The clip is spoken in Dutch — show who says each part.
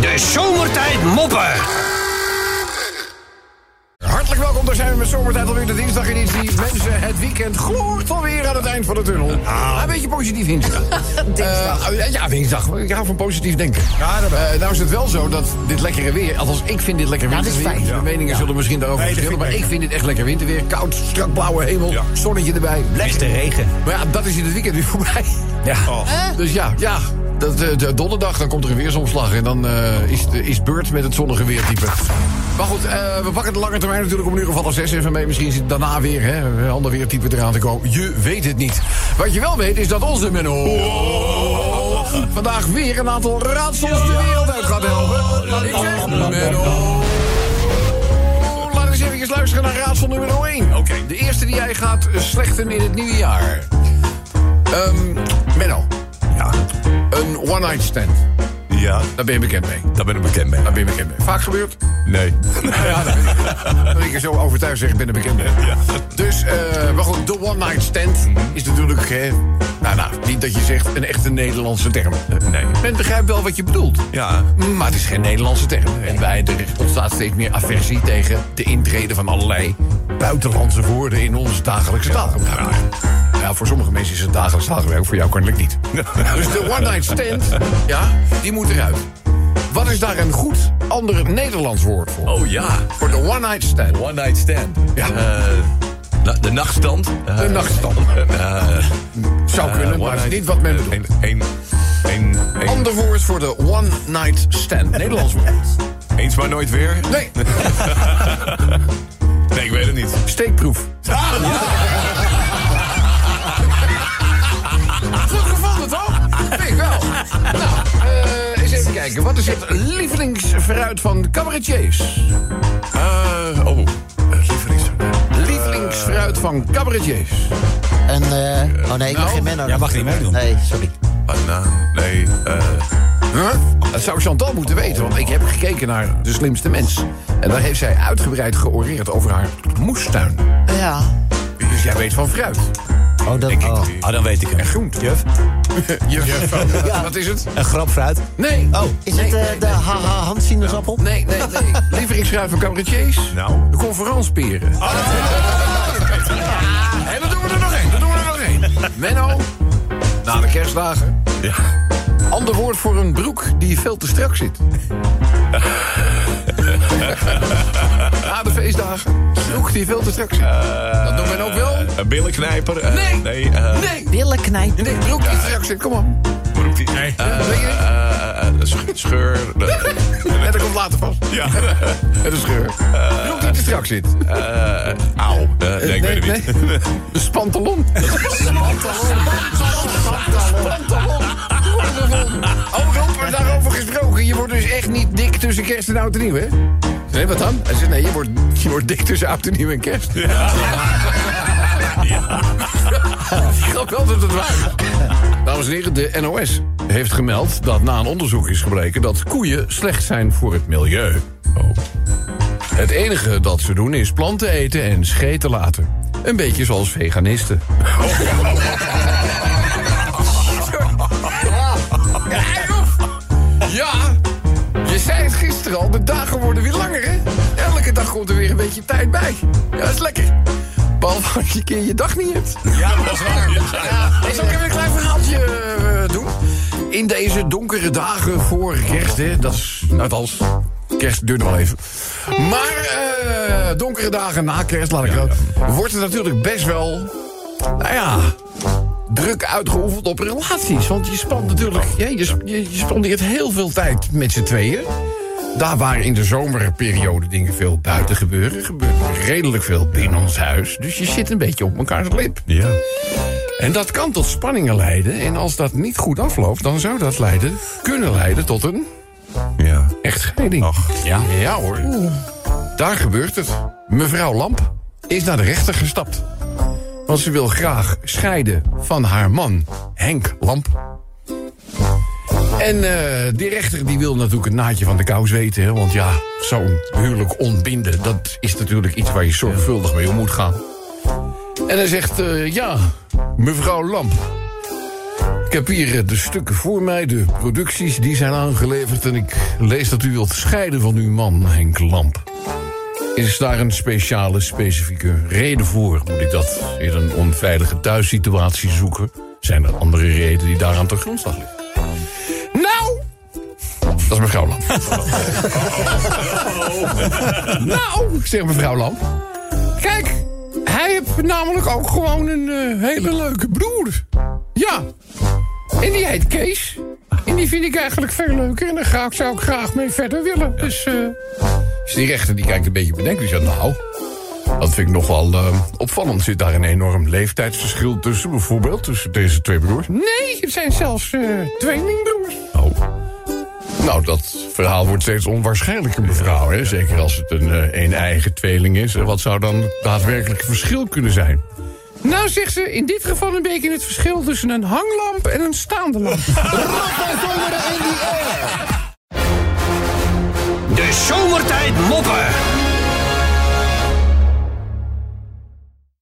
Speaker 1: De zomertijd moppen.
Speaker 2: Hartelijk welkom, daar zijn we met Zomertijd alweer de dinsdageditie. Mensen, het weekend gloort alweer aan het eind van de tunnel. Een beetje positief instellen. dinsdag. eh, ja, dinsdag. Ik hou van positief denken. Eh, nou is het wel zo dat dit lekkere weer... Althans, ik vind dit lekker winterweer.
Speaker 3: is fijn.
Speaker 2: De meningen zullen misschien daarover
Speaker 4: Nee, dat
Speaker 2: verschillen. Maar
Speaker 4: vind ik
Speaker 2: ik vind dit echt lekker winterweer. Koud, strak blauwe hemel,
Speaker 4: Ja.
Speaker 2: zonnetje erbij. Lekker.
Speaker 1: Beste regen.
Speaker 2: Maar ja, dat is in het weekend weer voorbij.
Speaker 1: Ja.
Speaker 4: Oh.
Speaker 2: Dus ja, ja. Dat, eh, de donderdag, dan komt er een weersomslag. En dan eh, is, de, is beurt met het zonnige weertype. Maar goed, eh, we pakken de lange termijn natuurlijk om in ieder geval als 6 even mee. Misschien zit daarna weer hè, een ander weertype eraan te komen. Je weet het niet. Wat je wel weet is dat onze Menno... vandaag weer een aantal raadsels de wereld uit gaat helpen. Laat ik zeg, Menno... Laten we eens even luisteren naar raadsel nummer 1. Oké. De eerste die jij gaat eh, slechten in het nieuwe jaar. Ehm Menno.
Speaker 4: Ja.
Speaker 2: Een one-night stand.
Speaker 4: Ja,
Speaker 2: Daar ben je bekend mee.
Speaker 4: daar ben ik bekend mee.
Speaker 2: Daar ben je bekend mee. Vaak gebeurd?
Speaker 4: Nee.
Speaker 2: Ja, dat weet ik. Dat ik er zo overtuigd zeg, ik ben er bekend mee. Dus, eh maar goed, de one-night stand is natuurlijk... eh, nou, nou, niet dat je zegt een echte Nederlandse term.
Speaker 4: nee.
Speaker 2: Men begrijpt wel wat je bedoelt.
Speaker 4: Ja.
Speaker 2: Maar het is geen Nederlandse term. En wij, er ontstaat steeds meer aversie tegen de intrede van allerlei buitenlandse woorden in ons dagelijkse taalgebruik. Ja, voor sommige mensen is het dagelijks taalgebruik, voor jou kennelijk niet. dus de one-night stand, ja, die moet eruit. Wat is daar een goed ander Nederlands woord voor?
Speaker 4: Oh ja.
Speaker 2: Voor de one-night stand.
Speaker 4: One night stand.
Speaker 2: Ja.
Speaker 4: Eh, na- de nachtstand. Eh,
Speaker 2: De nachtstand.
Speaker 4: eh,
Speaker 2: Zou
Speaker 4: eh,
Speaker 2: kunnen,
Speaker 4: one
Speaker 2: maar is
Speaker 4: night-
Speaker 2: niet wat men
Speaker 4: eh,
Speaker 2: bedoelt.
Speaker 4: Een, een, een, een-
Speaker 2: Ander woord voor de one-night stand. Nederlands woord.
Speaker 4: eens maar nooit weer.
Speaker 2: Nee,
Speaker 4: Nee, ik weet het niet.
Speaker 2: steekproef. Goed gevonden, toch? Vind ik wel. Nou, eh, eens even kijken. Wat is het lievelingsfruit van cabaretiers?
Speaker 4: Eh, oh, eh, liever niet.
Speaker 2: Lievelingsfruit van cabaretiers.
Speaker 3: En, eh, oh nee, ik mag
Speaker 2: nou,
Speaker 3: geen Menno.
Speaker 1: jij mag niet meedoen.
Speaker 3: Nee, sorry.
Speaker 4: Banaan. Nee. eh,
Speaker 2: Huh? Dat zou Chantal moeten weten, want ik heb gekeken naar de slimste mens. En daar heeft zij uitgebreid georeerd over haar moestuin.
Speaker 3: Ja.
Speaker 2: Dus jij weet van fruit.
Speaker 3: Oh, dat... Oh.
Speaker 1: Ah, dan weet ik het.
Speaker 2: Groente.
Speaker 1: Juf,
Speaker 2: Juf. Wat is het?
Speaker 1: een grap fruit.
Speaker 2: Nee.
Speaker 1: Oh.
Speaker 3: Is het eh, de haha handsinaasappel?
Speaker 2: Nee, nee, nee. Lievelingsfruit van cabaretiers.
Speaker 4: nou. Oh,
Speaker 2: De conferansperen. En dan doen we er nog één. Dan doen we er nog één. Menno, na de kerstdagen.
Speaker 4: Ja.
Speaker 2: Ander woord voor een broek die veel te strak zit. na de feestdagen. Broek die veel te strak zit. Dat doet men ook wel.
Speaker 4: Een billenknijper. eh,
Speaker 2: Nee.
Speaker 4: Nee. eh,
Speaker 2: Nee.
Speaker 3: Billen knijpen.
Speaker 2: Nee, broek die te strak zit. Kom op.
Speaker 4: Hoe roept die? Nee.
Speaker 2: Weet je niet?
Speaker 4: Eh, scheur. eh.
Speaker 2: En dat komt later vast.
Speaker 4: ja.
Speaker 2: Met een scheur. Broek die te strak zit.
Speaker 4: Eh, Auw. Eh, nee, ik weet het niet.
Speaker 2: nee. Een spantalon. Spantalon. Spantalon. Oh, Rob, maar daarover gesproken. Je wordt dus echt niet dik tussen kerst en oud en nieuw, hè? Nee, wat dan? Hij zegt, nee, je wordt, je wordt dik tussen oud en nieuw en kerst. Ja. Ik geloof wel dat het waar is. Dames en heren, de NOS heeft gemeld dat na een onderzoek is gebleken... dat koeien slecht zijn voor het milieu. Het enige dat ze doen is planten eten en scheten laten. Een beetje zoals veganisten. Ja, joh. Ja, je zei het gisteren al, de dagen worden weer langer, hè? Elke dag komt er weer een beetje tijd bij. Ja, dat is lekker. Behalve als je een keer je dag niet hebt.
Speaker 4: Ja, dat is waar.
Speaker 2: Ik zal ik even een klein verhaaltje eh, doen. In deze donkere dagen voor kerst, hè, dat is, nou, althans, kerst duurt nog wel even. Maar eh, donkere dagen na kerst, laat ik dat, wordt het natuurlijk best wel, nou ja, druk uitgeoefend op relaties. Want je spant natuurlijk, ja, je, sp- je, je spandeert heel veel tijd met z'n tweeën. Daar waar in de zomerperiode dingen veel buiten gebeuren, gebeurt er redelijk veel binnen ons huis. Dus je zit een beetje op elkaars lip.
Speaker 4: Ja.
Speaker 2: En dat kan tot spanningen leiden. En als dat niet goed afloopt, dan zou dat leiden, kunnen leiden tot een
Speaker 4: Ja.
Speaker 2: echtscheiding.
Speaker 4: Ach.
Speaker 1: Ja.
Speaker 2: Ja hoor. Daar gebeurt het. Mevrouw Lamp is naar de rechter gestapt. Want ze wil graag scheiden van haar man Henk Lamp. En eh, die rechter die wil natuurlijk het naadje van de kous weten. Hè? Want ja, zo'n huwelijk ontbinden... dat is natuurlijk iets waar je zorgvuldig mee om moet gaan. En hij zegt, eh, ja, mevrouw Lamp... heb hier eh, de stukken voor mij, de producties die zijn aangeleverd. En ik lees dat u wilt scheiden van uw man, Henk Lamp. Is daar een speciale, specifieke reden voor? Moet ik dat in een onveilige thuissituatie zoeken? Zijn er andere redenen die daaraan ter grondslag liggen? Nou! Dat is mevrouw Lamp. nou, zegt mevrouw Lamp. Kijk, hij heeft namelijk ook gewoon een eh, hele leuke broer. Ja, en die heet Kees. En die vind ik eigenlijk veel leuker. En daar ga ik, zou ik graag mee verder willen. Dus, eh Dus die rechter die kijkt een beetje bedenkt. Die zegt, nou, dat vind ik nogal eh, opvallend. Zit daar een enorm leeftijdsverschil tussen, bijvoorbeeld? Tussen deze twee broers? Nee, het zijn zelfs eh tweelingbroers. Oh. Nou, dat verhaal wordt steeds onwaarschijnlijker, mevrouw. Hè? Zeker als het een, eh, een eigen tweeling is. En Wat zou dan het daadwerkelijke verschil kunnen zijn? Nou, zegt ze, in dit geval een beetje het verschil tussen een hanglamp en een staande lamp.
Speaker 1: De zomertijd moppen.